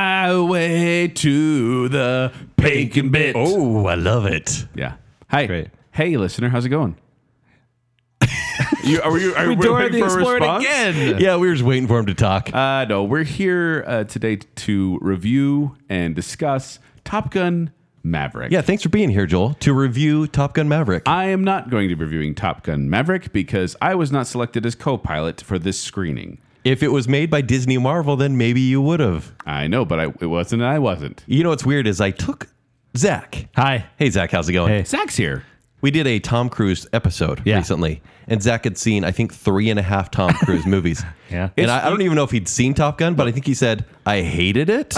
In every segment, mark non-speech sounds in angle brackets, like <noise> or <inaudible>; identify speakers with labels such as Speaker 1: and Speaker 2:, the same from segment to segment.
Speaker 1: highway to the bacon bit.
Speaker 2: Oh, I love it.
Speaker 1: Yeah. Hi.
Speaker 2: Great.
Speaker 1: Hey, listener. How's it going?
Speaker 2: You, are you are we
Speaker 1: Dora
Speaker 2: waiting
Speaker 1: the
Speaker 2: for a
Speaker 1: Explorer
Speaker 2: response?
Speaker 1: again.
Speaker 2: Yeah, we were just waiting for him to talk.
Speaker 1: Uh, no, we're here uh, today to review and discuss Top Gun Maverick.
Speaker 2: yeah, thanks for being here, Joel, to review Top Gun Maverick.
Speaker 1: I am not going to be reviewing Top Gun Maverick because I was not selected as co pilot for this screening.
Speaker 2: if it was made by Disney Marvel, then maybe you would have.
Speaker 1: I know, but I, it wasn't, and I wasn't.
Speaker 2: You know what's weird is I took Zach.
Speaker 3: Hi.
Speaker 2: Hey, Zach, how's it going?
Speaker 3: Hey.
Speaker 1: Zach's here.
Speaker 2: We did a Tom Cruise episode
Speaker 3: Yeah.
Speaker 2: recently, and Zach had seen, I think, three and a half Tom Cruise movies.
Speaker 3: Yeah.
Speaker 2: And I, I don't even know if he'd seen Top Gun, but I think he said, I hated it.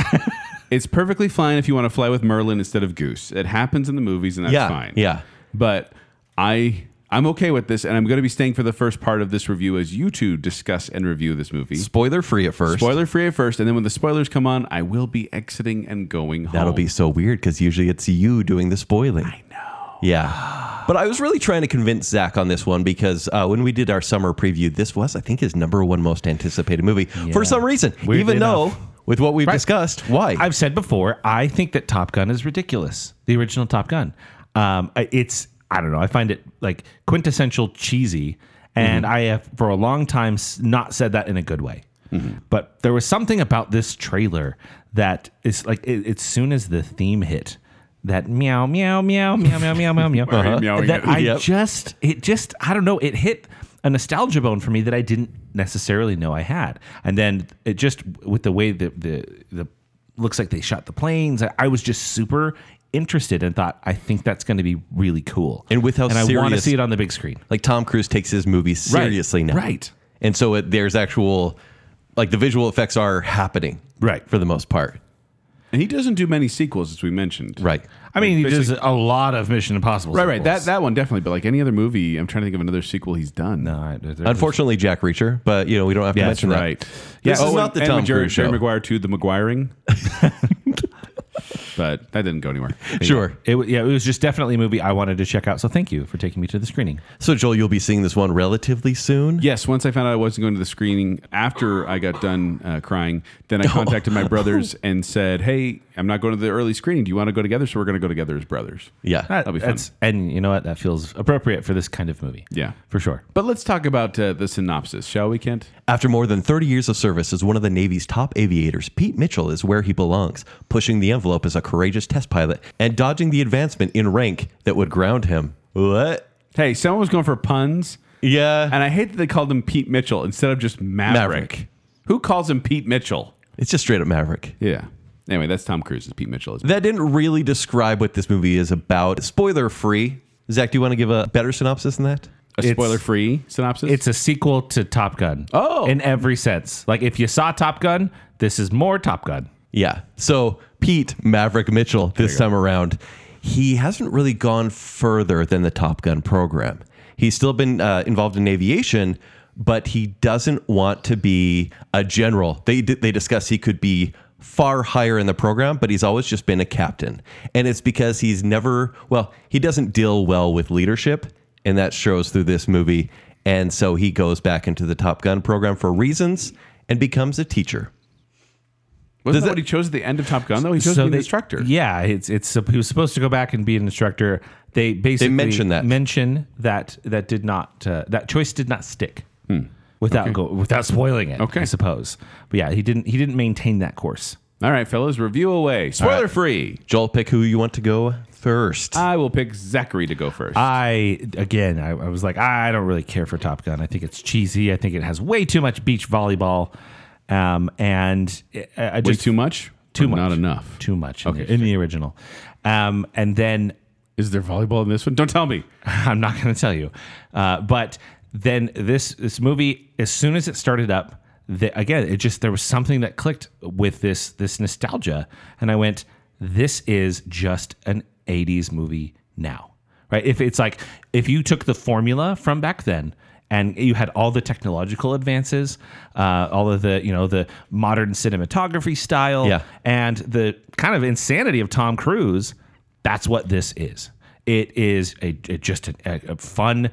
Speaker 1: It's perfectly fine if you want to fly with Merlin instead of Goose. It happens in the movies, and that's
Speaker 2: Yeah,
Speaker 1: fine.
Speaker 2: yeah.
Speaker 1: But I. I'm okay with this, and I'm going to be staying for the first part of this review as you two discuss and review this movie.
Speaker 2: Spoiler free at first.
Speaker 1: Spoiler free at first, and then when the spoilers come on, I will be exiting and going home.
Speaker 2: That'll be so weird because usually it's you doing the spoiling. I know. Yeah. But I was really trying to convince Zach on this one because uh, when we did our summer preview, this was, I think, his number one most anticipated movie for some reason.
Speaker 3: Weirdly
Speaker 2: even
Speaker 3: enough.
Speaker 2: though, with what we've discussed, why?
Speaker 3: I've said before, I think that Top Gun is ridiculous. The original Top Gun. Um, I- it's I don't know. I find it like quintessential cheesy, and
Speaker 1: Mm-hmm.
Speaker 3: I have for a long time s- not said that in a good way.
Speaker 1: Mm-hmm.
Speaker 3: But there was something about this trailer that is like it, as soon as the theme hit. That meow meow meow meow meow meow
Speaker 1: <laughs>
Speaker 3: meow meow.
Speaker 1: are you meowing
Speaker 3: That
Speaker 1: at?
Speaker 3: I
Speaker 2: Yep.
Speaker 3: just it just I don't know it hit a nostalgia bone for me that I didn't necessarily know I had, and then it just with the way the the, the looks like they shot the planes, I, I was just super interested and thought I think that's going to be really cool,
Speaker 2: And with how
Speaker 3: and I want to
Speaker 2: serious-
Speaker 3: see it on the big screen.
Speaker 2: like Tom Cruise takes his movies
Speaker 1: Right,
Speaker 2: seriously now.
Speaker 1: right.
Speaker 2: And so it, there's actual, like the visual effects are happening.
Speaker 3: Right.
Speaker 2: For the most part.
Speaker 1: and he doesn't do many sequels, as we mentioned.
Speaker 2: Right.
Speaker 3: I mean, he does a lot of Mission Impossible.
Speaker 1: right, right. That that one definitely, but like any other movie, I'm trying to think of another sequel he's done.
Speaker 2: Unfortunately, Jack Reacher, but you know, we don't have to
Speaker 3: Yeah,
Speaker 2: mention that.
Speaker 1: right. oh,
Speaker 2: This is not the
Speaker 1: and
Speaker 2: Tom
Speaker 1: with Jerry,
Speaker 2: Cruise
Speaker 1: Jerry
Speaker 2: show.
Speaker 1: Maguire too, the
Speaker 2: <laughs>
Speaker 1: Maguiring. but that didn't go
Speaker 2: <laughs>
Speaker 1: anywhere.
Speaker 2: Sure.
Speaker 3: It, wa- yeah, it was just definitely a movie I wanted to check out. So thank you for taking me to the screening.
Speaker 2: So, Joel, you'll be seeing this one relatively soon.
Speaker 1: Yes, once I found out I wasn't going to the screening after I got done uh, crying, then I contacted
Speaker 3: <laughs>
Speaker 1: my brothers and said, "Hey, I'm not going to the early screening. Do you want to go together?" So we're going to go together as brothers.
Speaker 2: Yeah.
Speaker 1: be fun.
Speaker 3: That's- And you know what? That feels appropriate for this kind of movie.
Speaker 1: Yeah.
Speaker 3: for sure.
Speaker 1: But let's talk about uh, the synopsis, shall we, Kent?
Speaker 2: After more than 30 years of service as one of the Navy's top aviators, Pete Mitchell is where he belongs, pushing the envelope as a courageous test pilot and dodging the advancement in rank that would ground him. What?
Speaker 1: Hey, someone was going for puns,
Speaker 2: Yeah.
Speaker 1: and I hate that they called him Pete Mitchell instead of just Maverick.
Speaker 2: Maverick.
Speaker 1: Who calls him Pete Mitchell?
Speaker 2: It's just straight up Maverick.
Speaker 1: Yeah. Anyway, that's Tom Cruise's Pete Mitchell. isn't it?
Speaker 2: That didn't really describe what this movie is about. Spoiler free. Zach, do you want to give a better synopsis than that?
Speaker 1: A
Speaker 3: It's-
Speaker 1: spoiler-free synopsis.
Speaker 3: It's a sequel to Top Gun.
Speaker 1: Oh.
Speaker 3: in every sense. Like if you saw Top Gun, this is more Top Gun.
Speaker 2: Yeah. So Pete Maverick Mitchell this time around, he hasn't really gone further than the Top Gun program. He's still been uh, involved in aviation, but he doesn't want to be a general. They they discuss he could be far higher in the program, but he's always just been a captain, and it's because he's never well. He doesn't deal well with leadership, and that shows through this movie. And so he goes back into the Top Gun program for reasons and becomes a teacher.
Speaker 1: Wasn't
Speaker 2: does
Speaker 1: that,
Speaker 2: that-
Speaker 1: what he chose at the end of Top Gun, though? He chose to be an
Speaker 3: they-
Speaker 1: instructor.
Speaker 3: Yeah, it's it's he was supposed to go back and be an instructor. They basically
Speaker 2: mention that.
Speaker 3: mention that that did not uh, that choice did not stick. Without go, without spoiling it,
Speaker 1: Hmm. Okay.
Speaker 3: I suppose. But yeah, he didn't he didn't maintain that course.
Speaker 1: All right, fellas, review away. Spoiler-free.
Speaker 2: Joel, pick who you want to go first.
Speaker 1: I will pick Zachary to go first.
Speaker 3: I again, I, I was like, I don't really care for Top Gun. I think it's cheesy. I think it has way too much beach volleyball, um, and I, I
Speaker 1: Way
Speaker 3: just
Speaker 1: too much?
Speaker 3: too
Speaker 1: Or
Speaker 3: much,
Speaker 1: Not enough.
Speaker 3: too much. in, the, in the original, um, and then <laughs>
Speaker 1: Is there volleyball in this one? Don't tell me.
Speaker 3: I'm not going to tell you. Uh, but then this this movie, as soon as it started up, the, again, it just there was something that clicked with this this nostalgia, and I went, "This is just an '80s movie now, right?" If it's like if you took the formula from back then. And you had all the technological advances, uh, all of the you know the modern cinematography style,
Speaker 2: Yeah.
Speaker 3: and the kind of insanity of Tom Cruise, that's what this is. It is a, a- just a, a- a fun,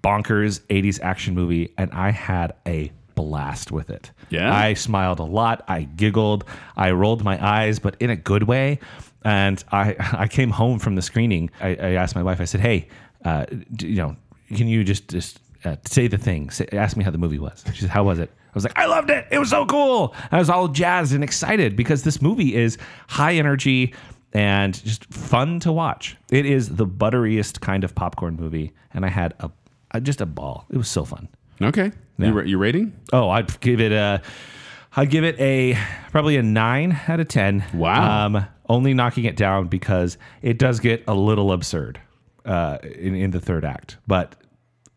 Speaker 3: bonkers '80s action movie, and I had a blast with it.
Speaker 1: Yeah?
Speaker 3: I smiled a lot. I giggled. I rolled my eyes, but in a good way. And I, <laughs> I came home from the screening. I, I asked my wife. I said, "Hey, uh, d- you know, can you just just uh, say the thing? Say, ask me how the movie was." She said, "How was it?" I was like, "I loved it. It was so cool." I was all jazzed and excited because this movie is high energy and just fun to watch. It is the butteriest kind of popcorn movie, and I had a, a just a ball. It was so fun.
Speaker 1: Okay. You, ra- you rating?
Speaker 3: Oh, I'd give it a. I'd give it a probably a nine out of ten.
Speaker 1: Wow.
Speaker 3: Um, only knocking it down because it does get a little absurd uh, in in the third act, but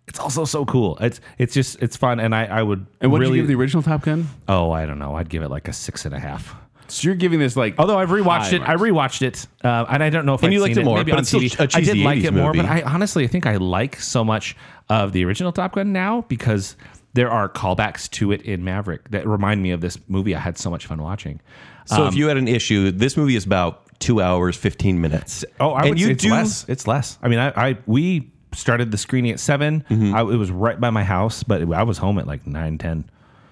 Speaker 3: it's also so cool. It's it's just it's fun, and I I would
Speaker 1: And what
Speaker 3: really
Speaker 1: did you give the original Top Gun?
Speaker 3: oh I don't know I'd give it like a six and a half.
Speaker 1: So you're giving this like
Speaker 3: Although I've rewatched
Speaker 1: High
Speaker 3: it, I rewatched it, uh, and I don't know if
Speaker 2: And
Speaker 3: I've
Speaker 2: you liked
Speaker 3: seen
Speaker 2: it more,
Speaker 3: maybe
Speaker 2: but
Speaker 3: on
Speaker 2: it's still
Speaker 3: TV.
Speaker 2: a cheesy
Speaker 3: I did like
Speaker 2: 80s
Speaker 3: it more, but
Speaker 2: movie.
Speaker 3: I honestly I think I like so much of the original Top Gun now because there are callbacks to it in Maverick that remind me of this movie. I had so much fun watching.
Speaker 2: So if you had an issue, this movie is about two hours, 15 minutes.
Speaker 3: Oh, I
Speaker 2: and
Speaker 3: would
Speaker 2: you
Speaker 3: say it's
Speaker 2: do,
Speaker 3: less. It's less. Mm-hmm. I mean, I, I we started the screening at 7 I, it was right by my house, but I was home at like nine ten.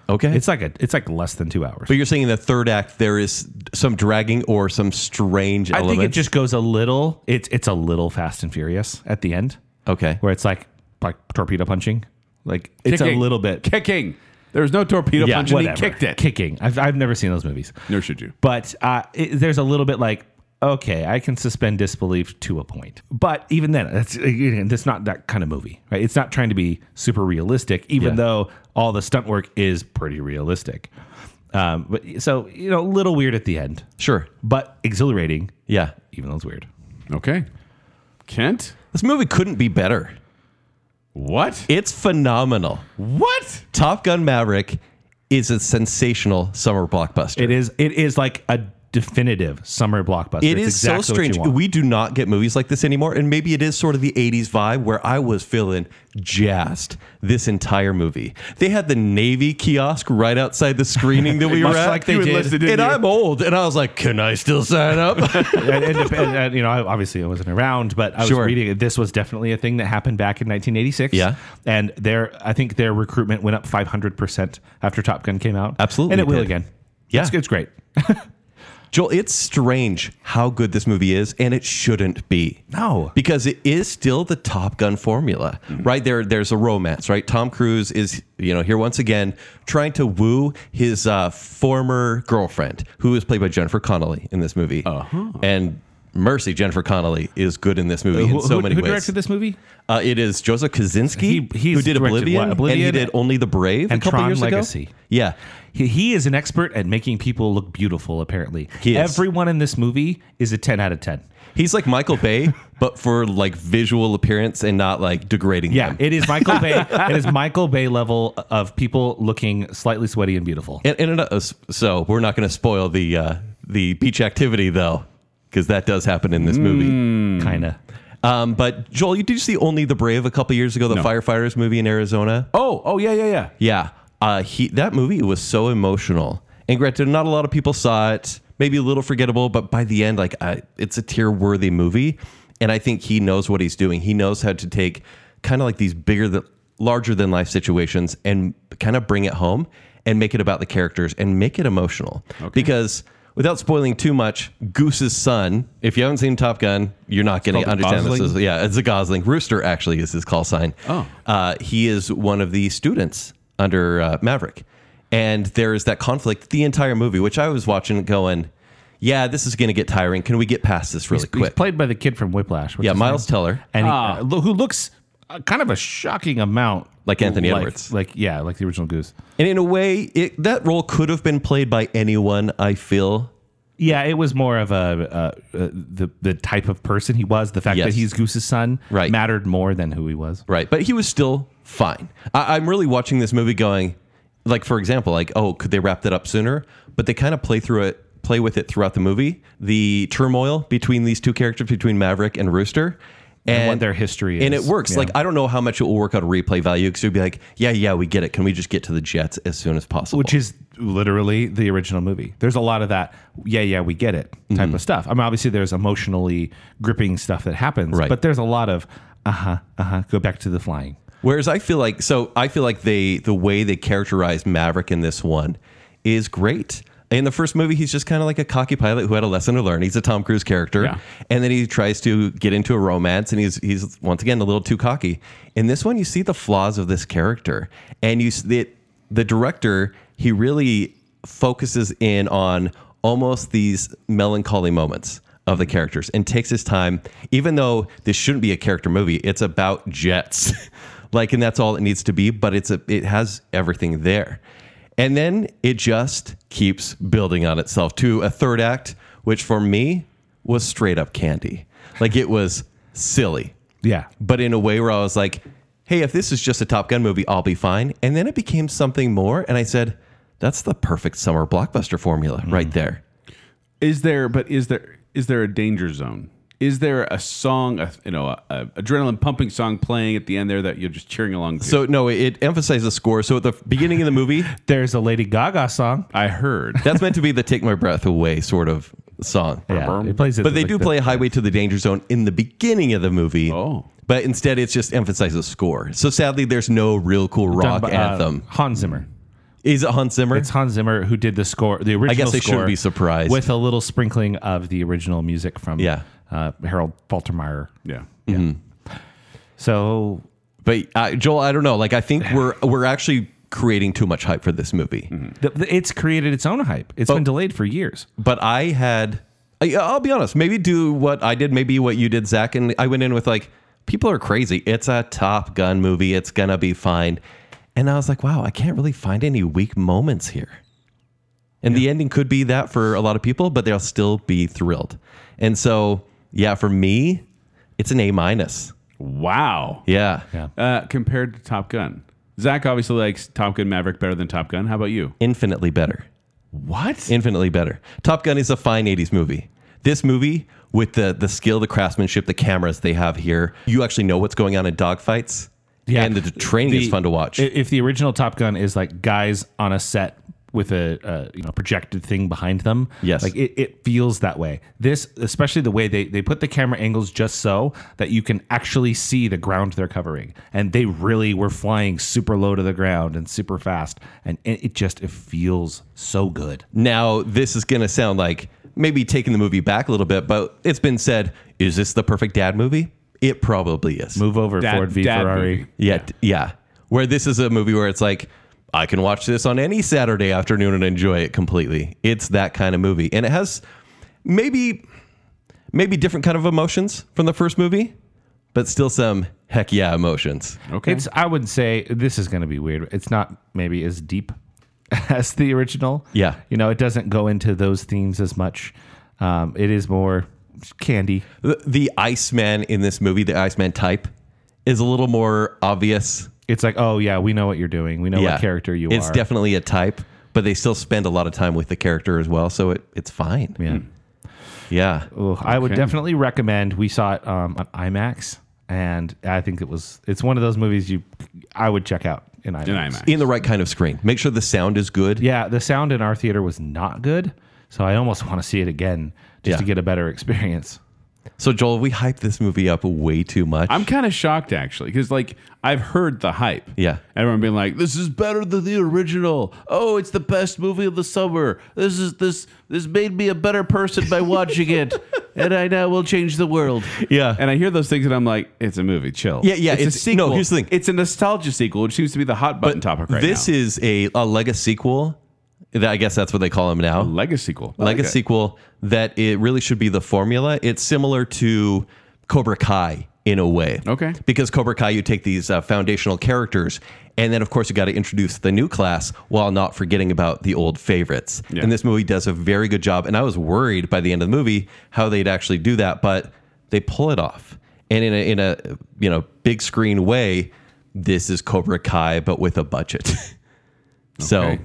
Speaker 2: Okay.
Speaker 3: It's like a it's like less than two hours.
Speaker 2: but you're saying in the third act, there is some dragging or some strange
Speaker 3: I
Speaker 2: element.
Speaker 3: think it just goes a little. It's it's a little Fast and Furious at the end.
Speaker 2: Okay.
Speaker 3: where it's like like torpedo punching. Like it's a
Speaker 1: Kicking.
Speaker 3: little bit
Speaker 1: kicking. There was no torpedo
Speaker 3: yeah,
Speaker 1: punch and he
Speaker 3: whatever.
Speaker 1: kicked it.
Speaker 3: Kicking. I've I've never seen those movies.
Speaker 1: Nor should you.
Speaker 3: But uh, it, there's a little bit like okay, I can suspend disbelief to a point. But even then, that's again, that's not that kind of movie, right? It's not trying to be super realistic, even
Speaker 2: Yeah.
Speaker 3: though all the stunt work is pretty realistic. Um, but so you know, a little weird at the end,
Speaker 2: Sure.
Speaker 3: but exhilarating,
Speaker 2: Yeah.
Speaker 3: even though it's weird.
Speaker 1: Okay. Kent?
Speaker 2: This movie couldn't be better.
Speaker 1: What?
Speaker 2: It's phenomenal.
Speaker 1: What?
Speaker 2: Top Gun Maverick is a sensational summer blockbuster.
Speaker 3: It is. It is like a definitive summer blockbuster.
Speaker 2: It
Speaker 3: It's
Speaker 2: is
Speaker 3: exactly
Speaker 2: so
Speaker 3: what you
Speaker 2: strange.
Speaker 3: want.
Speaker 2: We do not get movies like this anymore. And maybe it is sort of the 80s vibe where I was feeling jazzed this entire movie. They had the Navy kiosk right outside the screening that
Speaker 3: <laughs>
Speaker 2: we were
Speaker 3: Much
Speaker 2: at.
Speaker 3: like they
Speaker 1: You did. enlisted, didn't
Speaker 2: and
Speaker 1: you?
Speaker 2: I'm old. And I was like, can I still sign up?
Speaker 3: <laughs> and, and, dep- and, and, you know, I, obviously I wasn't around, but I was
Speaker 2: Sure.
Speaker 3: reading it. This was definitely a thing that happened back in 1986.
Speaker 2: Yeah.
Speaker 3: and their I think their recruitment went up 500 percent after Top Gun came out.
Speaker 2: Absolutely
Speaker 3: and it will
Speaker 2: did.
Speaker 3: again.
Speaker 2: Yeah.
Speaker 3: it's, it's great.
Speaker 2: Joel, it's strange how good this movie is, and it shouldn't be.
Speaker 3: No. Mm-hmm.
Speaker 2: because it is still the Top Gun formula, right? There, there's a romance, right? Tom Cruise is, you know, here once again trying to woo his uh, former girlfriend, who is played by Jennifer Connelly in this movie, uh-huh. and. Mercy, Jennifer Connelly is good in this movie in
Speaker 3: Uh, Who-
Speaker 2: so
Speaker 3: who,
Speaker 2: many
Speaker 3: who
Speaker 2: ways.
Speaker 3: directed this movie?
Speaker 2: Uh, it is Joseph Kaczynski
Speaker 3: He- he's
Speaker 2: who did
Speaker 3: directed
Speaker 2: Oblivion,
Speaker 3: what,
Speaker 2: and he
Speaker 3: Oblivion
Speaker 2: did Only the Brave
Speaker 3: and
Speaker 2: a couple
Speaker 3: Tron
Speaker 2: years
Speaker 3: Legacy.
Speaker 2: ago. Yeah,
Speaker 3: He, he is an expert at making people look beautiful. Apparently,
Speaker 2: He is.
Speaker 3: everyone in this movie is a 10 out of 10.
Speaker 2: he's like Michael Bay, but for like visual appearance and not like degrading
Speaker 3: Yeah,
Speaker 2: them.
Speaker 3: Um, it is Michael <laughs> Bay. It is Michael Bay level of people looking slightly sweaty and beautiful.
Speaker 2: And, and uh, so we're not going to spoil the uh, the beach activity though, because that does happen in this movie.
Speaker 3: Mm. Kinda.
Speaker 2: Um, but Joel, you did you see Only the Brave a couple years ago, the firefighters movie in Arizona?
Speaker 1: Oh, oh yeah, yeah, yeah.
Speaker 2: Yeah, uh, he that movie was so emotional. And granted, not a lot of people saw it. Maybe a little forgettable, but by the end, like I, it's a tear worthy movie. And I think he knows what he's doing. He knows how to take kind of like these bigger, th- larger than life situations and kind of bring it home and make it about the characters and make it emotional. Because without spoiling too much, Goose's son, if you haven't seen Top Gun, you're not going to
Speaker 1: called a
Speaker 2: understand this.
Speaker 1: Gosling?
Speaker 2: is- yeah, it's a Gosling. Rooster actually is his call sign.
Speaker 1: Oh.
Speaker 2: Uh, he is one of the students under uh, Maverick. And there is that conflict the entire movie, which I was watching going, yeah, this is going to get tiring. Can we get past this really
Speaker 3: He's
Speaker 2: quick?
Speaker 3: played by the kid from Whiplash. what's
Speaker 2: yeah,
Speaker 3: his
Speaker 2: Miles
Speaker 3: name?
Speaker 2: Teller.
Speaker 3: and he, uh, lo- who looks uh, kind of a shocking amount
Speaker 2: Like Anthony Edwards.
Speaker 3: Like yeah, like the original Goose.
Speaker 2: And in a way, it, that role could have been played by anyone, I feel.
Speaker 3: Yeah, it was more of a uh, uh, the the type of person he was. The fact
Speaker 2: Yes.
Speaker 3: that he's Goose's son
Speaker 2: Right.
Speaker 3: mattered more than who he was.
Speaker 2: Right. But he was still fine. I, I'm really watching this movie going, like, for example, like, oh, could they wrap that up sooner? But they kind of play through it, play with it throughout the movie. The turmoil between these two characters, between Maverick and Rooster. And,
Speaker 3: what their history
Speaker 2: And
Speaker 3: is.
Speaker 2: it works.
Speaker 3: Yeah.
Speaker 2: Like, I don't know how much it will work on replay value because you'd be like, yeah, yeah, we get it. Can we just get to the Jets as soon as possible?
Speaker 3: Which is literally the original movie. There's a lot of that, yeah, yeah, we get it type
Speaker 2: Mm-hmm.
Speaker 3: of stuff. I mean, obviously, there's emotionally gripping stuff that happens,
Speaker 2: Right.
Speaker 3: but there's a lot of, uh huh, uh huh, uh-huh, go back to the flying.
Speaker 2: Whereas I feel like so I feel like they the way they characterize Maverick in this one is great. In the first movie, he's just kind of like a cocky pilot who had a lesson to learn. He's a Tom Cruise character,
Speaker 3: Yeah.
Speaker 2: and then he tries to get into a romance, and he's he's once again a little too cocky. In this one, you see the flaws of this character, and you s- the the director he really focuses in on almost these melancholy moments of the characters and takes his time, even though this shouldn't be a character movie. It's about jets, <laughs> like, and that's all it needs to be. But it's a it has everything there. And then it just keeps building on itself to a third act, which for me was straight up candy. Like it was silly,
Speaker 3: Yeah.
Speaker 2: but in a way where I was like, hey, if this is just a Top Gun movie, I'll be fine. And then it became something more. And I said, that's the perfect summer blockbuster formula
Speaker 3: Mm.
Speaker 2: right there.
Speaker 1: Is there? But is there? Is there a danger zone? Is there a song, a, you know, a, a adrenaline pumping song playing at the end there that you're just cheering along to?
Speaker 2: So, no, it emphasized the score. So at the beginning of the movie,
Speaker 3: There's a Lady Gaga song.
Speaker 1: I heard.
Speaker 2: that's meant to be the take my breath away sort of song.
Speaker 3: Yeah, it plays it.
Speaker 2: But they
Speaker 3: like
Speaker 2: do
Speaker 3: the-
Speaker 2: play Highway to the Danger Zone in the beginning of the movie.
Speaker 1: Oh.
Speaker 2: But instead, it's just emphasizes score. So sadly, there's no real cool rock
Speaker 3: done by, uh,
Speaker 2: anthem.
Speaker 3: Hans Zimmer.
Speaker 2: Is it Hans Zimmer?
Speaker 3: It's Hans Zimmer who did the score, the original.
Speaker 2: I shouldn't
Speaker 3: score
Speaker 2: be surprised.
Speaker 3: with a little sprinkling of the original music from
Speaker 2: Yeah.
Speaker 3: uh, Harold Faltermeyer.
Speaker 1: Yeah.
Speaker 3: So
Speaker 2: but uh, Joel, I don't know. Like, I think we're we're actually creating too much hype for this movie.
Speaker 3: th- th- it's created its own hype. It's been delayed for years.
Speaker 2: But I had, I, I'll be honest, maybe do what I did, maybe what you did, Zach. And I went in with like, people are crazy. It's a Top Gun movie. It's gonna be fine. And I was like, wow, I can't really find any weak moments here. And the ending could be that for a lot of people, but they'll still be thrilled. And so, yeah, for me, it's an A minus.
Speaker 1: Wow.
Speaker 2: Yeah.
Speaker 3: Yeah.
Speaker 1: Uh, compared to Top Gun, Zach obviously likes Top Gun Maverick better than Top Gun. How about you?
Speaker 2: Infinitely better.
Speaker 1: What?
Speaker 2: Infinitely better. Top Gun is a fine 80s movie. This movie, with the the skill, the craftsmanship, the cameras they have here, you actually know what's going on in dogfights.
Speaker 3: Yeah.
Speaker 2: And the, the training is
Speaker 3: The-
Speaker 2: fun to watch.
Speaker 3: i- If the original Top Gun is like guys on a set with a, a you know projected thing behind them,
Speaker 2: Yes.
Speaker 3: like it, it feels that way. This, especially the way they they put the camera angles just so that you can actually see the ground they're covering, and they really were flying super low to the ground and super fast, and it, it just it feels so good.
Speaker 2: now, this is going to sound like maybe taking the movie back a little bit, but it's been said is this the perfect dad movie? It probably is.
Speaker 3: Move over
Speaker 1: Dad-
Speaker 3: Ford v
Speaker 1: dad
Speaker 3: Ferrari.
Speaker 1: movie.
Speaker 2: Yeah, t- yeah. Where this is a movie where it's like, I can watch this on any Saturday afternoon and enjoy it completely. It's that kind of movie, and it has maybe maybe different kind of emotions from the first movie, but still some heck yeah emotions.
Speaker 1: Okay.
Speaker 3: It's I would say this is going to be weird. It's not maybe as deep <laughs> as the original.
Speaker 2: Yeah.
Speaker 3: You know, it doesn't go into those themes as much. Um, it is more candy.
Speaker 2: The, the Iceman in this movie, the Iceman type, is a little more obvious.
Speaker 3: It's like, oh yeah, we know what you're doing. We know what character you
Speaker 2: it's
Speaker 3: are.
Speaker 2: definitely a type, but they still spend a lot of time with the character as well, so it, it's fine.
Speaker 3: yeah.
Speaker 2: Yeah.
Speaker 3: Ugh, I would
Speaker 1: Okay.
Speaker 3: definitely recommend. We saw it um, on IMAX, and I think it was. It's one of those movies you, I would check out in IMAX.
Speaker 1: in IMAX.
Speaker 2: In the right kind of screen. Make sure the sound is good.
Speaker 3: Yeah, the sound in our theater was not good, so I almost want to see it again just
Speaker 2: Yeah.
Speaker 3: to get a better experience.
Speaker 2: So Joel, we hyped this movie up way too much.
Speaker 1: I'm kind of shocked actually because like I've heard the hype.
Speaker 2: Yeah.
Speaker 1: everyone being like, "This is better than the original." Oh, it's the best movie of the summer. This is this this made me a better person by watching
Speaker 2: <laughs>
Speaker 1: it, and I now will change the world.
Speaker 2: Yeah.
Speaker 1: and I hear those things and I'm like, "It's a movie, chill."
Speaker 2: Yeah, yeah,
Speaker 1: It's, a
Speaker 2: it's-
Speaker 1: sequel.
Speaker 2: no, here's the thing.
Speaker 1: It's a nostalgia sequel, which seems to be the hot button topic right
Speaker 2: this
Speaker 1: now.
Speaker 2: is a, a Lego sequel. That I guess that's what they call them now. Lego
Speaker 1: legacy sequel. I
Speaker 2: like a
Speaker 1: that.
Speaker 2: sequel that it really should be the formula. It's similar to Cobra Kai in a way.
Speaker 1: Okay.
Speaker 2: Because Cobra Kai, you take these uh, foundational characters, and then of course you got to introduce the new class while not forgetting about the old favorites.
Speaker 1: Yeah.
Speaker 2: And this movie does a very good job. And I was worried by the end of the movie how they'd actually do that, but they pull it off. And in a in a you know big screen way, this is Cobra Kai, but with a budget. <laughs> So
Speaker 1: Okay.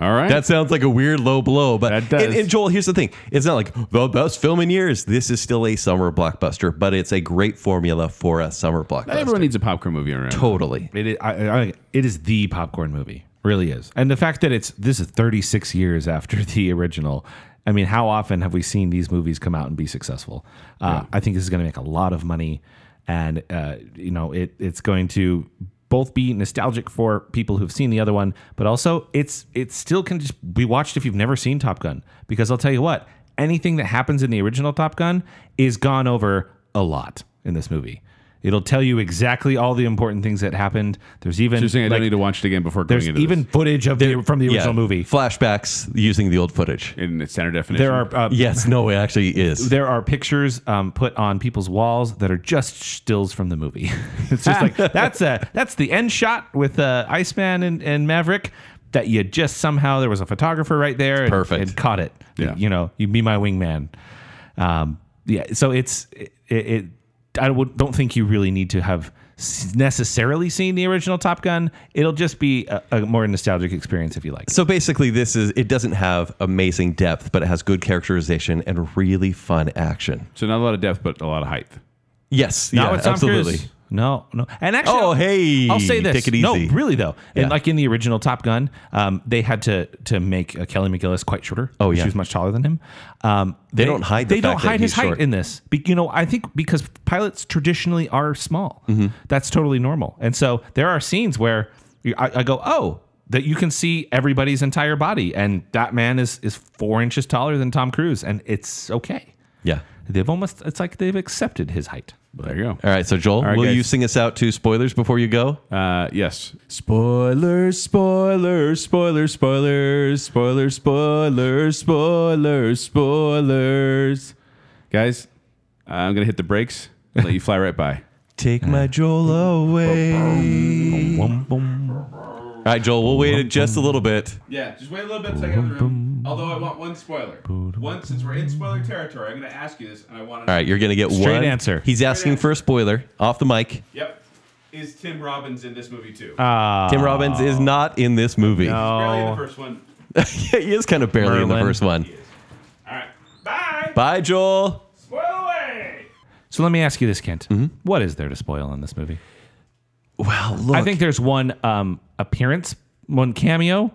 Speaker 1: All right.
Speaker 2: that sounds like a weird low blow, but
Speaker 1: That does.
Speaker 2: And, and Joel, here's the thing: it's not like the best film in years. This is still a summer blockbuster, but it's a great formula for a summer blockbuster.
Speaker 1: everyone needs a popcorn movie around.
Speaker 2: totally.
Speaker 3: It is, I, I, it is the popcorn movie, really is. And the fact that it's this is 36 years after <laughs> the original. I mean, how often have we seen these movies come out and be successful? Uh, I think this is going to make a lot of money, and uh, you know, it it's going to both be nostalgic for people who've seen the other one, but also it's it still can just be watched if you've never seen Top Gun. Because I'll tell you what, anything that happens in the original Top Gun is gone over a lot in this movie. It'll tell you exactly all the important things that happened. There's even
Speaker 1: You're saying I
Speaker 3: like,
Speaker 1: don't need to watch it again before going
Speaker 3: there's
Speaker 1: into
Speaker 3: even footage of the, from the original movie.
Speaker 2: Flashbacks using the old footage.
Speaker 1: this in its standard definition.
Speaker 3: There are uh,
Speaker 2: Yes, no, it actually is.
Speaker 3: there are pictures um, put on people's walls that are just stills from the movie. <laughs> it's
Speaker 2: <laughs>
Speaker 3: just like that's a that's the end shot with uh, Iceman and, and Maverick that you just somehow there was a photographer right there and,
Speaker 2: Perfect.
Speaker 3: and caught it.
Speaker 1: Yeah.
Speaker 3: you know, you be my wingman. Um, yeah, so it's it. it I would, don't think you really need to have s- necessarily seen the original Top Gun. It'll just be a, a more nostalgic experience if you like. it.
Speaker 2: So basically, this is it doesn't have amazing depth, but it has good characterization and really fun action.
Speaker 1: so not a lot of depth, but a lot of height.
Speaker 2: Yes,
Speaker 3: Not
Speaker 2: yeah,
Speaker 3: with Tom
Speaker 2: absolutely.
Speaker 3: Cruise. No, no. And actually,
Speaker 2: Oh,
Speaker 3: I'll-
Speaker 2: hey,
Speaker 3: I'll say this.
Speaker 2: take it easy.
Speaker 3: No, really though.
Speaker 2: Yeah.
Speaker 3: And like in the original Top Gun, um, they had to to make uh, Kelly McGillis quite shorter.
Speaker 2: Oh, yeah.
Speaker 3: she was much taller than him. Um, they,
Speaker 2: don't hide the
Speaker 3: they
Speaker 2: fact
Speaker 3: don't
Speaker 2: that
Speaker 3: hide his
Speaker 2: he's
Speaker 3: height
Speaker 2: short.
Speaker 3: in this. Be, you know, I think because pilots traditionally are small.
Speaker 2: Mm-hmm.
Speaker 3: That's totally normal. And so there are scenes where you- I, I go, oh. That you can see everybody's entire body, and that man is is four inches taller than Tom Cruise, and it's okay.
Speaker 2: Yeah.
Speaker 3: They've almost it's like they've accepted his height.
Speaker 1: There you go.
Speaker 3: Uh,
Speaker 2: All right. So Joel,
Speaker 1: right,
Speaker 2: will you
Speaker 1: guys.
Speaker 2: sing us out to spoilers before you go?
Speaker 1: Uh, yes. Spoilers, spoilers, spoilers, spoilers, spoilers, spoilers, spoilers, spoilers. Guys, I'm going to hit the brakes and let you fly right by.
Speaker 2: Take my Joel away. All right, Joel, we'll wait just a little bit.
Speaker 1: <laughs> Yeah, just wait a little bit till I get in the room. Although I want one spoiler. One, since we're in spoiler territory, I'm going to ask you this, and I want to.
Speaker 2: All right, you're gonna get
Speaker 3: Straight
Speaker 2: one
Speaker 3: answer.
Speaker 2: He's asking for a spoiler off the mic.
Speaker 1: Yep. Is Tim Robbins in this movie too?
Speaker 3: Oh.
Speaker 2: Tim
Speaker 3: Ah.
Speaker 2: Robbins is not in this movie.
Speaker 1: Barely in the first one.
Speaker 2: <laughs> he is kind of barely in the
Speaker 3: Merlin.
Speaker 2: first one.
Speaker 1: All right. Bye.
Speaker 2: Bye, Joel.
Speaker 1: Spoiler away.
Speaker 3: So let me ask you this, Kent.
Speaker 2: Mm-hmm.
Speaker 3: What is there to spoil in this movie?
Speaker 2: Well, look,
Speaker 3: I think there's one um, appearance, one cameo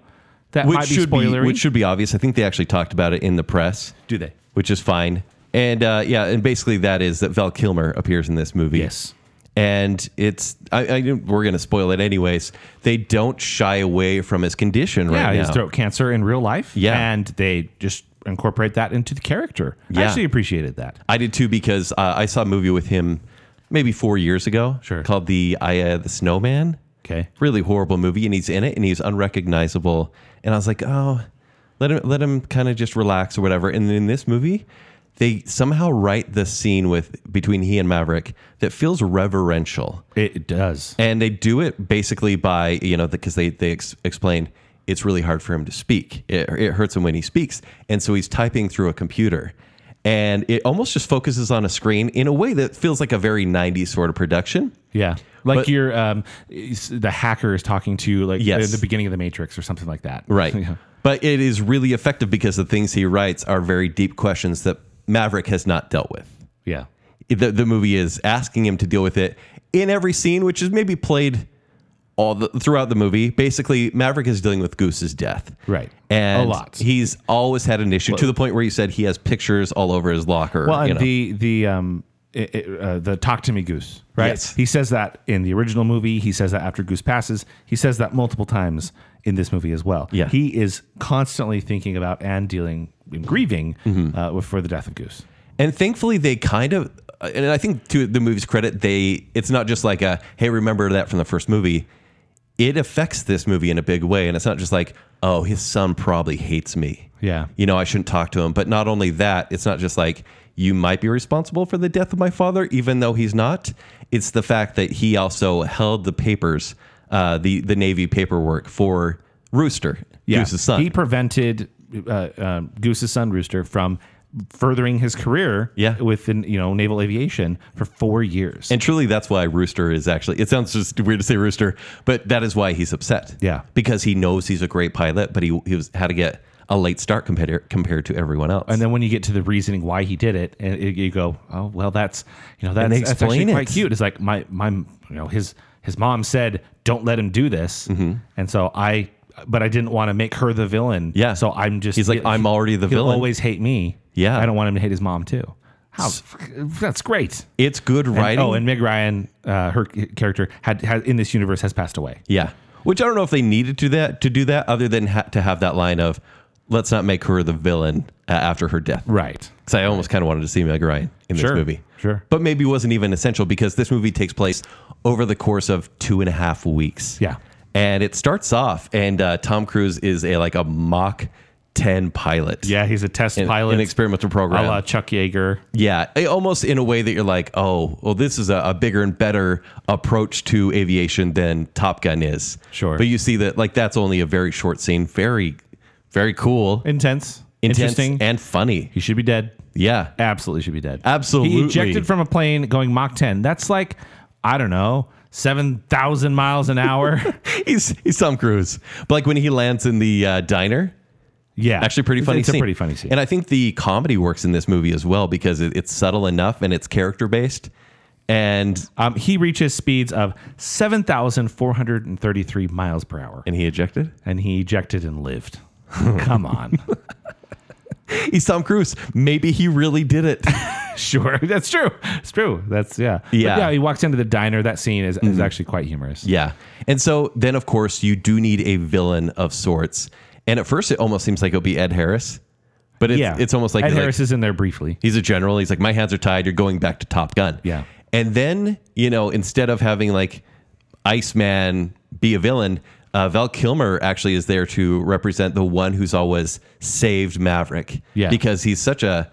Speaker 3: that
Speaker 2: which
Speaker 3: might be
Speaker 2: should
Speaker 3: spoilery.
Speaker 2: be which should be obvious. I think they actually talked about it in the press,
Speaker 3: do they?
Speaker 2: which is fine. And uh, yeah, and basically that is that Val Kilmer appears in this movie.
Speaker 3: Yes.
Speaker 2: and it's I, I we're gonna spoil it anyways. They don't shy away from his condition
Speaker 3: Yeah,
Speaker 2: right
Speaker 3: his
Speaker 2: now.
Speaker 3: throat cancer in real life.
Speaker 2: Yeah.
Speaker 3: and they just incorporate that into the character.
Speaker 2: Yeah.
Speaker 3: I actually appreciated that.
Speaker 2: I did too because uh, I saw a movie with him maybe four years ago.
Speaker 3: Sure.
Speaker 2: Called the I uh, the Snowman.
Speaker 3: Okay.
Speaker 2: Really horrible movie, and he's in it, and he's unrecognizable. And I was like, oh, let him let him kind of just relax or whatever. And in this movie, they somehow write the scene with between he and Maverick that feels reverential
Speaker 3: It, it does.
Speaker 2: and they do it basically by you know because they they ex- explain it's really hard for him to speak it, it hurts him when he speaks and so he's typing through a computer and it almost just focuses on a screen in a way that feels like a very 90s sort of production
Speaker 3: Yeah, like
Speaker 2: But-
Speaker 3: your um, is- the hacker is talking to you, like
Speaker 2: Yes.
Speaker 3: at the beginning of the Matrix or something like that.
Speaker 2: right
Speaker 3: <laughs> Yeah.
Speaker 2: but it is really effective because the things he writes are very deep questions that maverick has not dealt with
Speaker 3: Yeah.
Speaker 2: the, the movie is asking him to deal with it in every scene, which is maybe played all the, throughout the movie. Basically, Maverick is dealing with Goose's death,
Speaker 3: Right.
Speaker 2: And
Speaker 3: A lot.
Speaker 2: He's always had an issue to the point where you said he has pictures all over his locker.
Speaker 3: Well,
Speaker 2: you
Speaker 3: and
Speaker 2: know.
Speaker 3: the the um it, it, uh, the talk to me goose, right?
Speaker 2: Yes.
Speaker 3: He says that in the original movie. He says that after Goose passes. He says that multiple times in this movie as well.
Speaker 2: Yeah.
Speaker 3: He is constantly thinking about and dealing and grieving
Speaker 2: Mm-hmm.
Speaker 3: uh, with- for the death of Goose.
Speaker 2: And thankfully, they kind of, and I think to the movie's credit, they it's not just like a hey, remember that from the first movie. It affects this movie in a big way, and it's not just like oh, his son probably hates me.
Speaker 3: Yeah.
Speaker 2: you know, I shouldn't talk to him. But not only that, it's not just like you might be responsible for the death of my father, even though he's not. It's the fact that he also held the papers, uh, the the Navy paperwork for Rooster, Goose's son.
Speaker 3: He prevented uh, uh, Goose's son Rooster from furthering his career
Speaker 2: Yeah.
Speaker 3: within you know naval aviation for four years.
Speaker 2: And truly, that's why Rooster is actually, it sounds just weird to say Rooster, but that is why he's upset.
Speaker 3: Yeah.
Speaker 2: Because he knows he's a great pilot, but he, he was, had to get a late start compared, compared to everyone else.
Speaker 3: And then when you get to the reasoning why he did it, and it, you go, oh well, that's you know that's,
Speaker 2: they
Speaker 3: that's
Speaker 2: explain
Speaker 3: actually quite
Speaker 2: it.
Speaker 3: cute. It's like my my you know his his mom said don't let him do this,
Speaker 2: Mm-hmm.
Speaker 3: and so I but I didn't want to make her the villain.
Speaker 2: Yeah.
Speaker 3: so I'm just
Speaker 2: He's like, "I'm already the
Speaker 3: he'll
Speaker 2: villain."
Speaker 3: Always hate me.
Speaker 2: Yeah.
Speaker 3: I don't want him to hate his mom too. How, that's great.
Speaker 2: It's good writing.
Speaker 3: Oh, and Meg Ryan, uh, her character had, had in this universe has passed away.
Speaker 2: yeah, which I don't know if they needed to that to do that other than ha- to have that line of let's not make her the villain uh, after her death.
Speaker 3: Right.
Speaker 2: Because I almost kind of wanted to see Meg Ryan in
Speaker 3: Sure,
Speaker 2: this movie.
Speaker 3: sure.
Speaker 2: But maybe wasn't even essential because this movie takes place over the course of two and a half weeks.
Speaker 3: Yeah.
Speaker 2: And it starts off, and uh, Tom Cruise is a like a Mach 10 pilot.
Speaker 3: Yeah, he's a test
Speaker 2: An,
Speaker 3: pilot.
Speaker 2: an experimental program.
Speaker 3: a la Chuck Yeager.
Speaker 2: Yeah, eh, almost in a way that you're like, oh, well, this is a, a bigger and better approach to aviation than Top Gun is.
Speaker 3: Sure.
Speaker 2: But you see that, like, that's only a very short scene. Very, very cool,
Speaker 3: Intense.
Speaker 2: intense,
Speaker 3: Interesting.
Speaker 2: and funny.
Speaker 3: he should be dead.
Speaker 2: Yeah.
Speaker 3: Absolutely should be dead.
Speaker 2: Absolutely.
Speaker 3: He ejected from a plane going Mach 10. That's like, I don't know, 7,000 miles
Speaker 2: <laughs>
Speaker 3: an hour.
Speaker 2: He's, he's Tom Cruise. But, like, when he lands in the uh, diner,
Speaker 3: yeah.
Speaker 2: actually pretty funny
Speaker 3: it's,
Speaker 2: scene.
Speaker 3: a pretty funny scene.
Speaker 2: And I think the comedy works in this movie as well because it, it's subtle enough and it's character based. And,
Speaker 3: um, he reaches speeds of 7,433 miles per hour.
Speaker 2: and he ejected?
Speaker 3: And he ejected
Speaker 2: <laughs>
Speaker 3: and lived. Come on.
Speaker 2: He's Tom Cruise. Maybe he really did
Speaker 3: <laughs>
Speaker 2: it.
Speaker 3: sure. That's true. It's true. That's, yeah. But
Speaker 2: Yeah. Mm-hmm.
Speaker 3: yeah. He walks into the diner. That scene is, is actually quite humorous.
Speaker 2: Yeah. And so then, of course, you do need a villain of sorts. And at first, it almost seems like it'll be Ed Harris, but it's, it's almost like,
Speaker 3: Ed
Speaker 2: like,
Speaker 3: Harris is in there briefly.
Speaker 2: he's a general. He's like, my hands are tied. You're going back to Top Gun.
Speaker 3: Yeah.
Speaker 2: And then, you know, instead of having like Iceman be a villain, uh, Val Kilmer actually is there to represent the one who's always saved Maverick.
Speaker 3: Yeah.
Speaker 2: Because he's such a,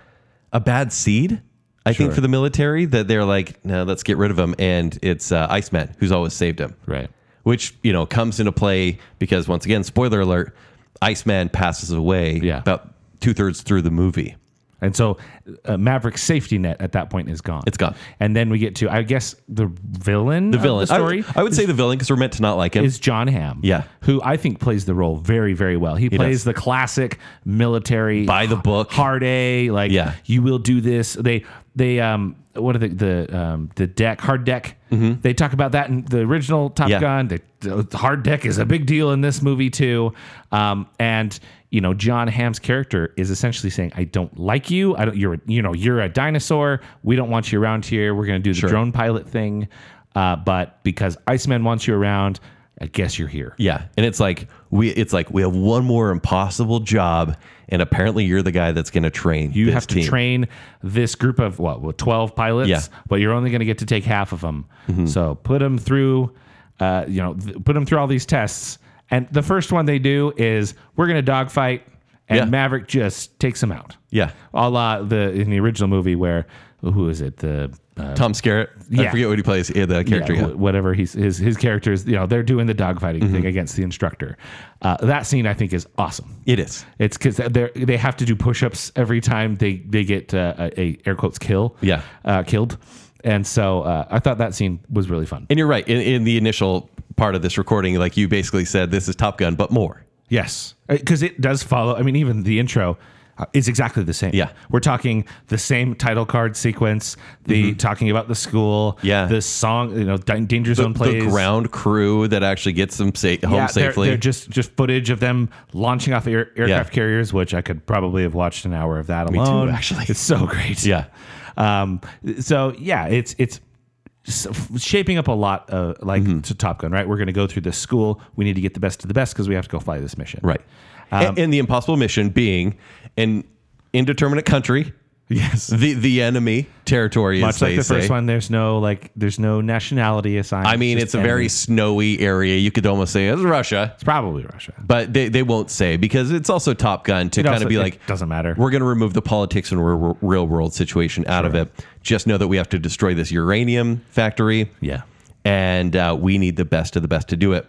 Speaker 2: a bad seed. I think
Speaker 3: Sure.
Speaker 2: for the military that they're like, no, let's get rid of him. And it's uh, Iceman who's always saved him
Speaker 3: Right.
Speaker 2: which you know comes into play because once again, spoiler alert: Iceman passes away
Speaker 3: Yeah.
Speaker 2: about two thirds through the movie.
Speaker 3: And so uh, Maverick's safety net at that point is gone.
Speaker 2: It's gone.
Speaker 3: And then we get to, I guess, the villain.
Speaker 2: The villain
Speaker 3: Of the story
Speaker 2: I, I would say the villain because we're meant to not like him.
Speaker 3: is John Hamm.
Speaker 2: Yeah.
Speaker 3: Who I think plays the role very, very well. He, plays
Speaker 2: does.
Speaker 3: the classic military
Speaker 2: By the book.
Speaker 3: hard A, like
Speaker 2: Yeah.
Speaker 3: you will do this. They they um what are the the um the deck, hard deck. They talk about that in the original Top
Speaker 2: Mm-hmm. Yeah.
Speaker 3: Gun. The, the hard deck is a big deal in this movie too. Um and you know John Hamm's character is essentially saying, "I don't like you. I don't. You're a, you know you're a dinosaur. We don't want you around here. We're going to do the drone pilot thing, uh, but because Iceman wants you around, I guess you're here.
Speaker 2: yeah, and it's like we it's like we have one more impossible job, and apparently you're the guy that's going to train.
Speaker 3: You
Speaker 2: this
Speaker 3: have to
Speaker 2: team.
Speaker 3: train this group of what, what twelve pilots,
Speaker 2: Yeah. Mm-hmm.
Speaker 3: but you're only going to get to take half of them. So put them through, uh, you know, th- put them through all these tests. And the first one they do is we're going to dogfight, and
Speaker 2: Yeah.
Speaker 3: Maverick just takes them out.
Speaker 2: Yeah,
Speaker 3: a la the in the original movie where who is it the uh,
Speaker 2: Tom Skerritt. I
Speaker 3: Yeah.
Speaker 2: forget what he plays. Yeah, the character.
Speaker 3: yeah,
Speaker 2: Yeah,
Speaker 3: wh- whatever he's his his character is you know they're doing the dogfighting
Speaker 2: Mm-hmm.
Speaker 3: thing against the instructor. Uh, that scene I think is awesome.
Speaker 2: it is.
Speaker 3: It's because they they have to do push-ups every time they they get uh, a, a air quotes kill
Speaker 2: Yeah.
Speaker 3: uh, killed, and so uh, I thought that scene was really fun.
Speaker 2: And you're right. In, in the initial part of this recording, like you basically said, this is Top Gun, but more.
Speaker 3: Yes, because it does follow. I mean, even the intro uh, is exactly the same.
Speaker 2: Yeah.
Speaker 3: we're talking the same title card sequence. The talking about the school.
Speaker 2: Yeah.
Speaker 3: the song. You know, Dan- Danger Zone plays
Speaker 2: The ground crew that actually gets them sa- home
Speaker 3: yeah, they're-
Speaker 2: safely.
Speaker 3: They're, just just footage of them launching off air, aircraft
Speaker 2: Yeah.
Speaker 3: carriers, which I could probably have watched an hour of that alone.
Speaker 2: actually.
Speaker 3: it's so great. <laughs>
Speaker 2: Yeah.
Speaker 3: Um. So yeah, it's it's s- shaping up a lot of like
Speaker 2: Mm-hmm.
Speaker 3: to Top Gun. Right, we're going to go through this school. We need to get the best of the best because we have to go fly this mission.
Speaker 2: Right.
Speaker 3: Um,
Speaker 2: and, and the impossible mission being an indeterminate country,
Speaker 3: Yes.
Speaker 2: the the enemy territory,
Speaker 3: Much
Speaker 2: as they
Speaker 3: like the first
Speaker 2: say.
Speaker 3: one, there's no like there's no nationality assigned.
Speaker 2: I mean,
Speaker 3: just
Speaker 2: it's a
Speaker 3: enemy.
Speaker 2: very snowy area. You could almost say it's Russia,
Speaker 3: it's probably Russia.
Speaker 2: but they, they won't say because it's also Top Gun to
Speaker 3: It
Speaker 2: kind
Speaker 3: also-
Speaker 2: of be
Speaker 3: it
Speaker 2: like,
Speaker 3: doesn't matter.
Speaker 2: we're going to remove the politics and r- r- real world situation out of it. Just know that we have to destroy this uranium factory.
Speaker 3: Yeah.
Speaker 2: and uh, we need the best of the best to do it.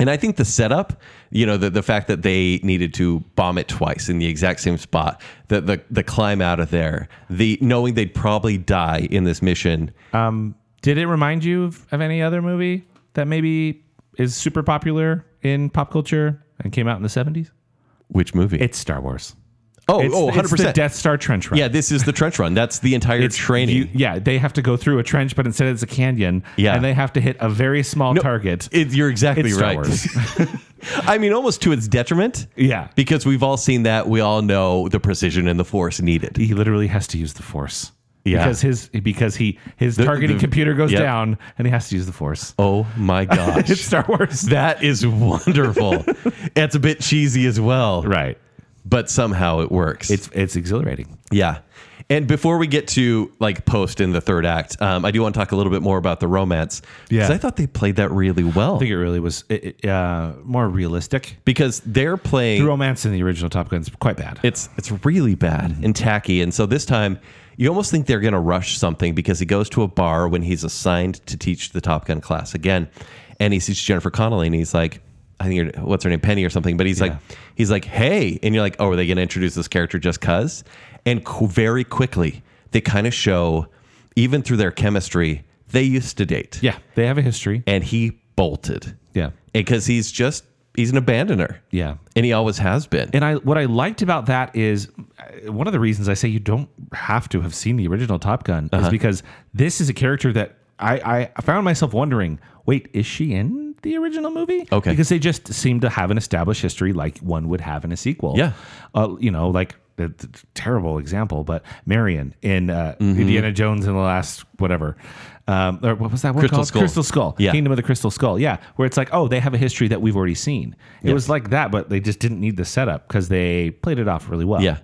Speaker 2: And I think the setup, you know, the, the fact that they needed to bomb it twice in the exact same spot, the, the the climb out of there, the knowing they'd probably die in this mission,
Speaker 3: Did it remind you of, of any other movie that maybe is super popular in pop culture and came out in the 70s?
Speaker 2: which movie?
Speaker 3: It's Star Wars.
Speaker 2: oh,
Speaker 3: It's,
Speaker 2: oh,
Speaker 3: it's
Speaker 2: 100%.
Speaker 3: the Death Star trench run.
Speaker 2: yeah, this is the trench run. That's the entire training.
Speaker 3: You- yeah, they have to go through a trench, but instead it's a canyon.
Speaker 2: Yeah.
Speaker 3: And they have to hit a very small target.
Speaker 2: It- you're exactly
Speaker 3: It's Star
Speaker 2: right.
Speaker 3: Wars.
Speaker 2: <laughs> I mean, almost to its detriment.
Speaker 3: Yeah.
Speaker 2: Because we've all seen that. We all know the precision and the force needed.
Speaker 3: He literally has to use the force. Yeah. Because his because he his targeting
Speaker 2: the-
Speaker 3: computer goes
Speaker 2: yep.
Speaker 3: down and he has to use the force. <laughs>
Speaker 2: Oh my gosh.
Speaker 3: It's Star Wars.
Speaker 2: that is
Speaker 3: <laughs>
Speaker 2: wonderful. it's a bit cheesy as well.
Speaker 3: right.
Speaker 2: But somehow it works.
Speaker 3: It's it's exhilarating.
Speaker 2: Yeah. And before we get to like post in the third act, um, I do want to talk a little bit more about the romance. Because
Speaker 3: Yeah.
Speaker 2: I thought they played that really well.
Speaker 3: I think it really was it, it, uh, more realistic.
Speaker 2: Because they're playing
Speaker 3: The romance in the original Top Gun is quite bad.
Speaker 2: it's it's really bad
Speaker 3: Mm-hmm.
Speaker 2: and tacky. And so this time you almost think they're gonna rush something because he goes to a bar when he's assigned to teach the Top Gun class again. And he sees Jennifer Connelly and he's like, I think her, what's her name, Penny or something. But he's like, he's like, hey, and you're like, oh, are they gonna introduce this character just cause? And qu- very quickly they kind of show, even through their chemistry, they used to date.
Speaker 3: yeah, they have a history.
Speaker 2: And he bolted.
Speaker 3: Yeah,
Speaker 2: Because he's just he's an abandoner.
Speaker 3: yeah.
Speaker 2: And he always has been.
Speaker 3: And I what I liked about that is uh, one of the reasons I say you don't have to have seen the original Top Gun
Speaker 2: Uh-huh.
Speaker 3: is because this is a character that I, I found myself wondering. Wait, is she in the original movie?
Speaker 2: Okay.
Speaker 3: because they just seem to have an established history like one would have in a sequel.
Speaker 2: Yeah.
Speaker 3: uh, you know, like a t- terrible example, but Marion in uh,
Speaker 2: Mm-hmm.
Speaker 3: Indiana Jones in the last whatever. Um, or what was that one
Speaker 2: Crystal
Speaker 3: called?
Speaker 2: Skull.
Speaker 3: Crystal Skull.
Speaker 2: Yeah.
Speaker 3: Kingdom of the Crystal Skull. Yeah. Where it's like, oh, they have a history that we've already seen. It was like that, but they just didn't need the setup because they played it off really well.
Speaker 2: Yeah.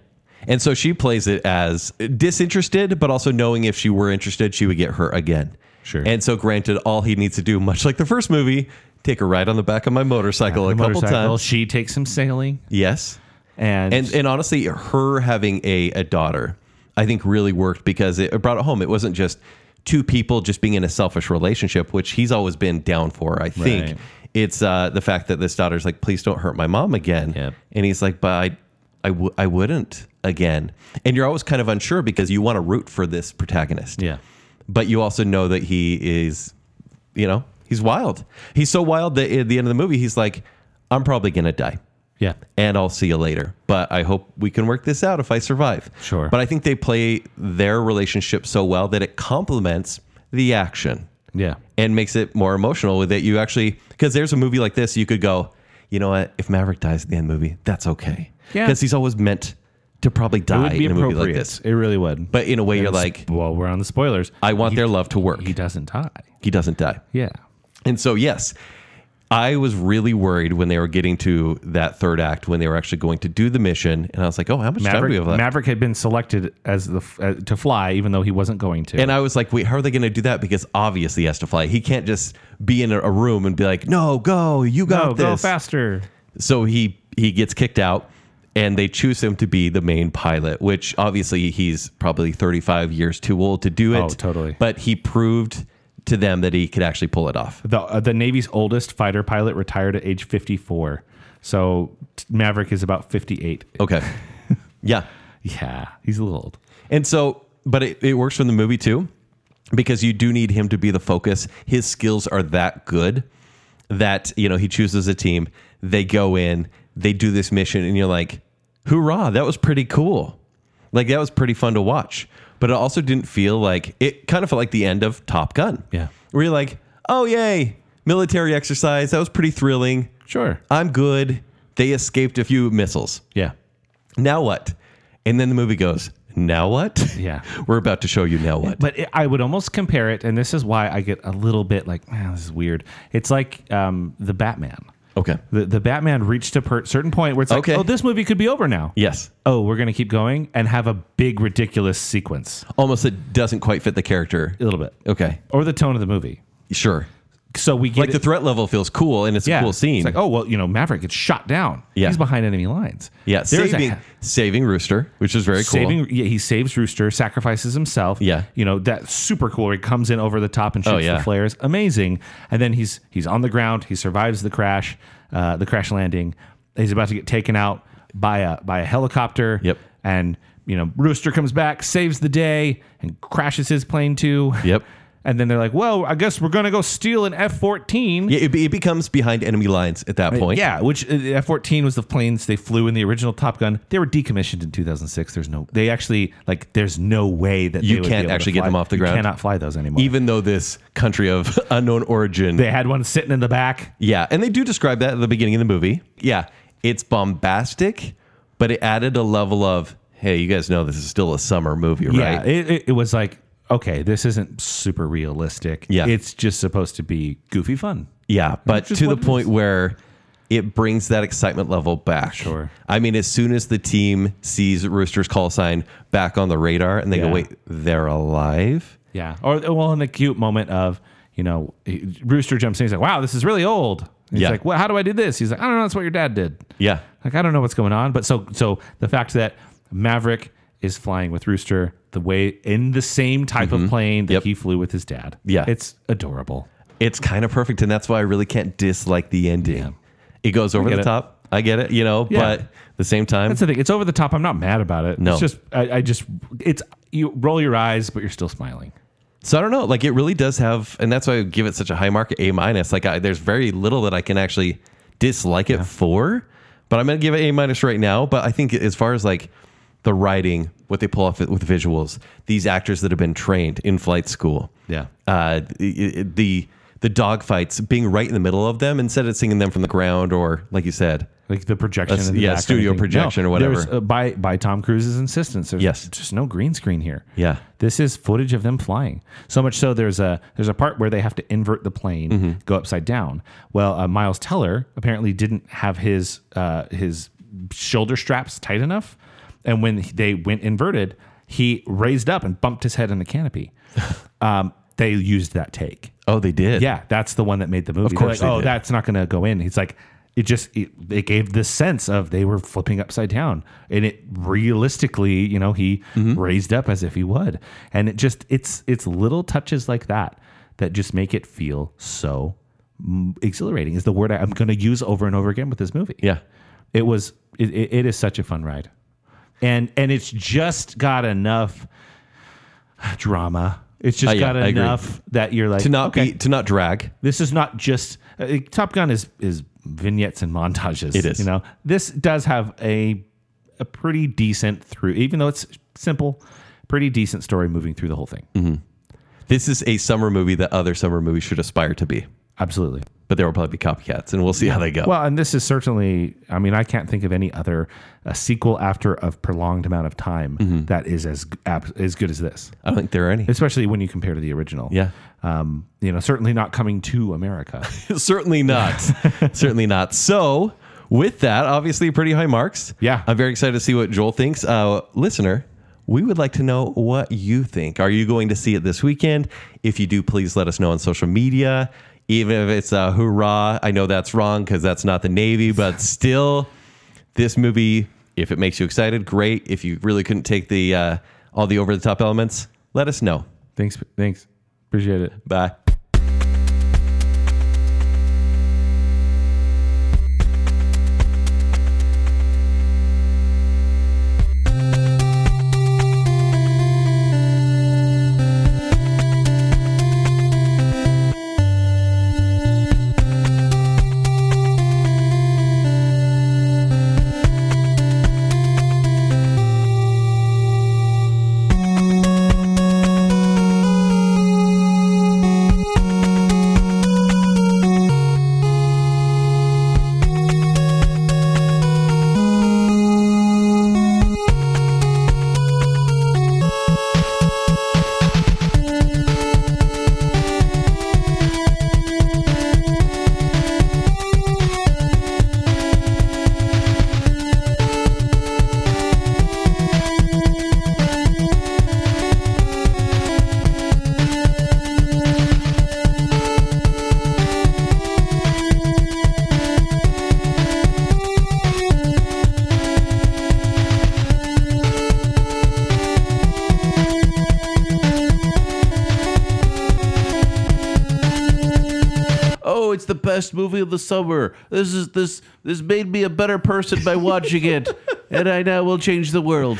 Speaker 2: And so she plays it as disinterested, but also knowing if she were interested, she would get hurt again.
Speaker 3: Sure.
Speaker 2: And so, granted, all he needs to do, much like the first movie, take a ride on the back of my motorcycle a
Speaker 3: The
Speaker 2: couple
Speaker 3: motorcycle.
Speaker 2: times.
Speaker 3: She takes him sailing
Speaker 2: Yes.
Speaker 3: and,
Speaker 2: And and honestly, her having a, a daughter, I think, really worked because it brought it home. It wasn't just two people just being in a selfish relationship, which he's always been down for. I think
Speaker 3: Right.
Speaker 2: it's uh, the fact that this daughter's like, please don't hurt my mom again.
Speaker 3: Yep.
Speaker 2: And he's like, but I, I, w- I wouldn't again. And you're always kind of unsure because you want to root for this protagonist.
Speaker 3: yeah.
Speaker 2: But you also know that he is, you know, he's wild. He's so wild that at the end of the movie, he's like, I'm probably going to die
Speaker 3: Yeah.
Speaker 2: and I'll see you later. But I hope we can work this out if I survive.
Speaker 3: Sure.
Speaker 2: But I think they play their relationship so well that it complements the action
Speaker 3: Yeah.
Speaker 2: and makes it more emotional with it. You actually, because there's a movie like this, you could go, you know what? If Maverick dies at the end of the movie, that's okay.
Speaker 3: Yeah.
Speaker 2: Because he's always meant to probably
Speaker 3: It
Speaker 2: die
Speaker 3: would be
Speaker 2: in a movie like
Speaker 3: appropriate.
Speaker 2: this.
Speaker 3: It really would.
Speaker 2: But in a way, you're
Speaker 3: And s-
Speaker 2: like,
Speaker 3: well, we're on the spoilers.
Speaker 2: I want their love to work.
Speaker 3: he doesn't die.
Speaker 2: he doesn't die.
Speaker 3: Yeah.
Speaker 2: And so, yes, I was really worried when they were getting to that third act when they were actually going to do the mission. And I was like, oh, how much time do we
Speaker 3: Maverick,
Speaker 2: have left?
Speaker 3: Maverick had been selected as the f- uh, to fly, even though he wasn't going to.
Speaker 2: And I was like, wait, how are they going to do that? Because obviously he has to fly. He can't just be in a, a room and be like, no, go, you got
Speaker 3: no,
Speaker 2: this.
Speaker 3: Oh, go faster.
Speaker 2: So he he gets kicked out, and they choose him to be the main pilot. Which obviously he's probably 35 years too old to do it.
Speaker 3: Oh, totally.
Speaker 2: But he proved to them that he could actually pull it off.
Speaker 3: The uh, the Navy's oldest fighter pilot retired at age 54. So t- Maverick is about 58. <laughs>
Speaker 2: Okay. yeah.
Speaker 3: Yeah, he's a little old.
Speaker 2: And so, but it, it works from the movie too, because you do need him to be the focus. His skills are that good that, you know, he chooses a team, they go in, they do this mission, and you're like, hoorah, that was pretty cool. Like, that was pretty fun to watch. But it also didn't feel like it kind of felt like the end of Top Gun.
Speaker 3: Yeah.
Speaker 2: Where you're like, oh, yay, military exercise. That was pretty thrilling.
Speaker 3: Sure.
Speaker 2: I'm good. They escaped a few missiles.
Speaker 3: Yeah.
Speaker 2: Now what? And then the movie goes, now what?
Speaker 3: Yeah.
Speaker 2: <laughs> We're about to show you now
Speaker 3: <laughs>
Speaker 2: what.
Speaker 3: But it, I would almost compare it, and this is why I get a little bit like, man, this is weird. It's like um, the Batman.
Speaker 2: Okay.
Speaker 3: The, the Batman reached a per- certain point where it's like,
Speaker 2: Okay.
Speaker 3: oh, this movie could be over now.
Speaker 2: Yes.
Speaker 3: Oh, we're going to keep going and have a big, ridiculous sequence.
Speaker 2: Almost it doesn't quite fit the character.
Speaker 3: A little bit.
Speaker 2: Okay.
Speaker 3: Or the tone of the movie.
Speaker 2: Sure.
Speaker 3: So we get
Speaker 2: Like
Speaker 3: it-
Speaker 2: the threat level feels cool and it's a cool scene.
Speaker 3: It's like, oh well, you know, Maverick gets shot down.
Speaker 2: Yeah.
Speaker 3: he's behind enemy lines.
Speaker 2: yeah.
Speaker 3: There's
Speaker 2: Saving
Speaker 3: a,
Speaker 2: saving Rooster, which is very cool.
Speaker 3: saving. Yeah, he saves Rooster, sacrifices himself.
Speaker 2: Yeah.
Speaker 3: you know that super cool. Where he comes in over the top and shoots
Speaker 2: Oh, yeah.
Speaker 3: the flares. Amazing. And then he's he's on the ground. He survives the crash, uh, the crash landing. He's about to get taken out by a by a helicopter.
Speaker 2: Yep.
Speaker 3: And you know, Rooster comes back, saves the day, and crashes his plane too.
Speaker 2: Yep.
Speaker 3: And then they're like, well, I guess we're gonna go steal an F fourteen.
Speaker 2: Yeah, it, be- it becomes behind enemy lines at that point.
Speaker 3: Yeah, which F fourteen was the planes they flew in the original Top Gun. They were decommissioned in two thousand six. There's no, they actually like, there's no way that
Speaker 2: You
Speaker 3: they would be
Speaker 2: can't
Speaker 3: able to
Speaker 2: actually get
Speaker 3: fly-
Speaker 2: them off the ground.
Speaker 3: You cannot fly those anymore.
Speaker 2: Even though this country of <laughs> unknown origin.
Speaker 3: they had one sitting in the back.
Speaker 2: yeah. And they do describe that at the beginning of the movie. Yeah. It's bombastic, but it added a level of, hey, you guys know this is still a summer movie, right?
Speaker 3: Yeah, it, it, it was like, okay, this isn't super realistic.
Speaker 2: Yeah.
Speaker 3: It's just supposed to be goofy fun.
Speaker 2: Yeah, but
Speaker 3: just
Speaker 2: to the
Speaker 3: what it
Speaker 2: point where it brings that excitement level back.
Speaker 3: Sure.
Speaker 2: I mean, as soon as the team sees Rooster's call sign back on the radar and they go,
Speaker 3: Yeah.
Speaker 2: wait, they're alive?
Speaker 3: Yeah. Or, well, in the cute moment of, you know, Rooster jumps in. He's like, wow, this is really old. And He's
Speaker 2: Yeah.
Speaker 3: like, well, how do I do this? He's like, I don't know. That's what your dad did.
Speaker 2: Yeah.
Speaker 3: Like, I don't know what's going on. But so, so the fact that Maverick is flying with Rooster the way in the same type of plane
Speaker 2: Mm-hmm.
Speaker 3: that
Speaker 2: Yep.
Speaker 3: he flew with his dad.
Speaker 2: Yeah.
Speaker 3: It's adorable.
Speaker 2: It's kind of perfect. And that's why I really can't dislike the ending.
Speaker 3: Yeah.
Speaker 2: It goes over
Speaker 3: get
Speaker 2: the
Speaker 3: it.
Speaker 2: top. I get it, you know,
Speaker 3: Yeah.
Speaker 2: but at the same time,
Speaker 3: That's the thing. It's over the top. I'm not mad about it.
Speaker 2: No.
Speaker 3: It's just, I, I just, it's, you roll your eyes, but you're still smiling.
Speaker 2: so I don't know. Like, it really does have, and that's why I give it such a high mark, A minus. Like, I, there's very little that I can actually dislike it for, but I'm going to give it A minus right now. But I think as far as like the writing, what they pull off with visuals, these actors that have been trained in flight school,
Speaker 3: Yeah.
Speaker 2: uh, the the- the dogfights being right in the middle of them instead of seeing them from the ground or like you said,
Speaker 3: like the projection.
Speaker 2: That's-
Speaker 3: in the
Speaker 2: yeah,
Speaker 3: back or
Speaker 2: studio
Speaker 3: anything.
Speaker 2: projection or
Speaker 3: there
Speaker 2: whatever.
Speaker 3: was, uh, by by Tom Cruise's insistence, there's
Speaker 2: Yes.
Speaker 3: just no green screen here.
Speaker 2: Yeah.
Speaker 3: this is footage of them flying. So much so, there's a there's a part where they have to invert the plane, go upside down. Well, uh, Miles Teller apparently didn't have his uh, his shoulder straps tight enough, and when they went inverted, he raised up and bumped his head in the canopy. um, they used that take.
Speaker 2: oh, they did.
Speaker 3: Yeah, that's the one that made the movie. Of
Speaker 2: course they
Speaker 3: oh,
Speaker 2: did.
Speaker 3: that's not going to go in. He's like, it just it, it gave this sense of they were flipping upside down, and it realistically, you know, he
Speaker 2: Mm-hmm.
Speaker 3: raised up as if he would, and it just it's it's little touches like that that just make it feel so mm, exhilarating. Is the word I, I'm going to use over and over again with this movie?
Speaker 2: Yeah.
Speaker 3: it was it, it, it is such a fun ride and and it's just got enough drama it's just
Speaker 2: Oh, yeah,
Speaker 3: got
Speaker 2: I agree.
Speaker 3: enough that you're like
Speaker 2: To not
Speaker 3: okay,
Speaker 2: be, to not drag.
Speaker 3: this is not just uh, top gun is is vignettes and montages
Speaker 2: It is.
Speaker 3: you know this does have a a pretty decent through even though it's simple pretty decent story moving through the whole thing
Speaker 2: This is a summer movie that other summer movies should aspire to be.
Speaker 3: absolutely
Speaker 2: but there will probably be copycats, and we'll see how they go.
Speaker 3: Well, and this is certainly, I mean, I can't think of any other a sequel after a prolonged amount of time that is as ab- as good as this,
Speaker 2: I don't think there are any.
Speaker 3: especially when you compare to the original.
Speaker 2: Yeah. <laughs>
Speaker 3: Um, you know, certainly not coming to America.
Speaker 2: Certainly
Speaker 3: <laughs>
Speaker 2: not. Certainly not. So, with that, obviously pretty high marks.
Speaker 3: Yeah.
Speaker 2: I'm very excited to see what Joel thinks. Uh, listener, we would like to know what you think. Are you going to see it this weekend? If you do, please let us know on social media. Even if it's a hoorah, I know that's wrong because that's not the Navy,
Speaker 3: <laughs>
Speaker 2: but still, this movie, if it makes you excited, great. If you really couldn't take the uh, all the over the top elements, let us know.
Speaker 3: <laughs> thanks, thanks, appreciate it.
Speaker 2: Bye.
Speaker 4: oh, it's the best movie of the summer. This is this this made me a better person by watching it, and I now will change the world.